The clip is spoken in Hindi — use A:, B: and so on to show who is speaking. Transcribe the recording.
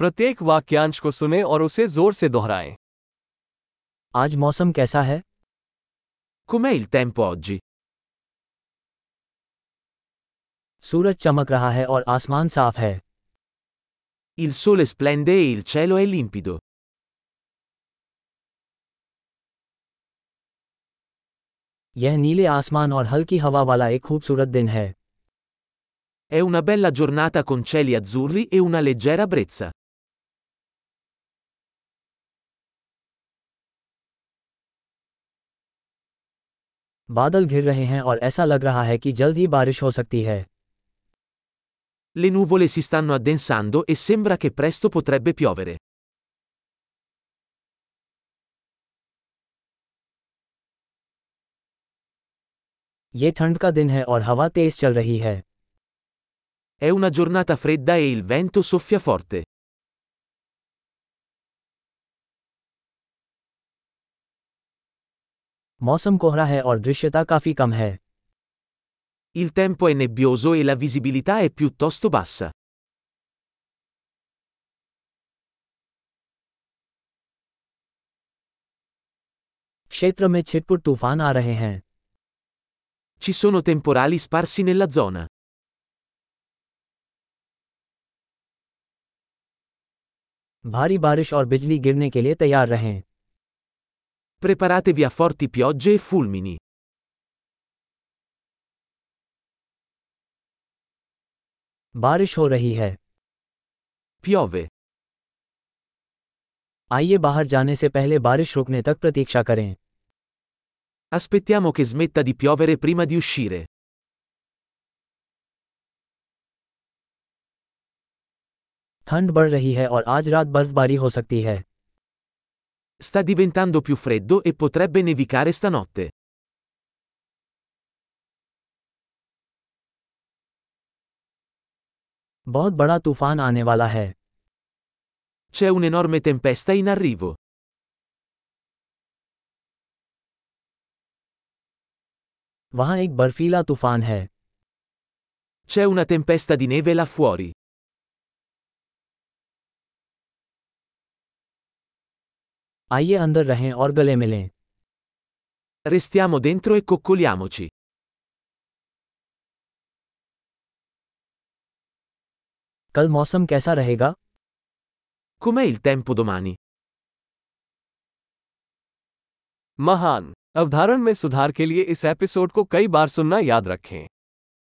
A: प्रत्येक वाक्यांश को सुने और उसे जोर से दोहराएं
B: आज मौसम कैसा है
C: Com'è il tempo oggi?
B: सूरज चमक रहा है और आसमान साफ है
C: Il sole splende e il cielo è limpido.
B: यह नीले आसमान और हल्की हवा वाला एक खूबसूरत दिन है
C: È una bella giornata con cieli azzurri e una leggera brezza.
B: बादल घिर रहे हैं और ऐसा लग रहा है कि जल्द ही बारिश हो सकती है
C: Le nuvole si stanno addensando e sembra che presto potrebbe piovere.
B: ये ठंड का दिन है और हवा तेज चल रही है
C: È una giornata fredda e il vento soffia forte.
B: मौसम कोहरा है और दृश्यता काफी कम है
C: Il tempo è nebbioso e la visibilità è piuttosto bassa.
B: क्षेत्र में छिटपुट तूफान आ रहे हैं
C: Ci sono temporali sparsi nella zona.
B: भारी बारिश और बिजली गिरने के लिए तैयार रहें
C: Preparatevi a forti piogge e fulmini.
B: बारिश हो रही है
C: Piove.
B: आइए बाहर जाने से पहले बारिश रुकने तक प्रतीक्षा करें
C: Aspettiamo che smetta di piovere prima di uscire.
B: ठंड बढ़ रही है और आज रात बर्फबारी हो सकती है
C: Sta diventando più freddo e potrebbe nevicare stanotte.
B: बहुत बड़ा तूफान आने वाला है
C: C'è un'enorme tempesta in arrivo.
B: वहाँ एक बर्फीला तूफान है
C: C'è una tempesta di neve là fuori.
B: आइए अंदर रहें और गले मिलें
C: Restiamo dentro e coccoliamoci.
B: कल मौसम कैसा रहेगा
C: Com'è il tempo domani?
A: महान अवधारण में सुधार के लिए इस एपिसोड को कई बार सुनना याद रखें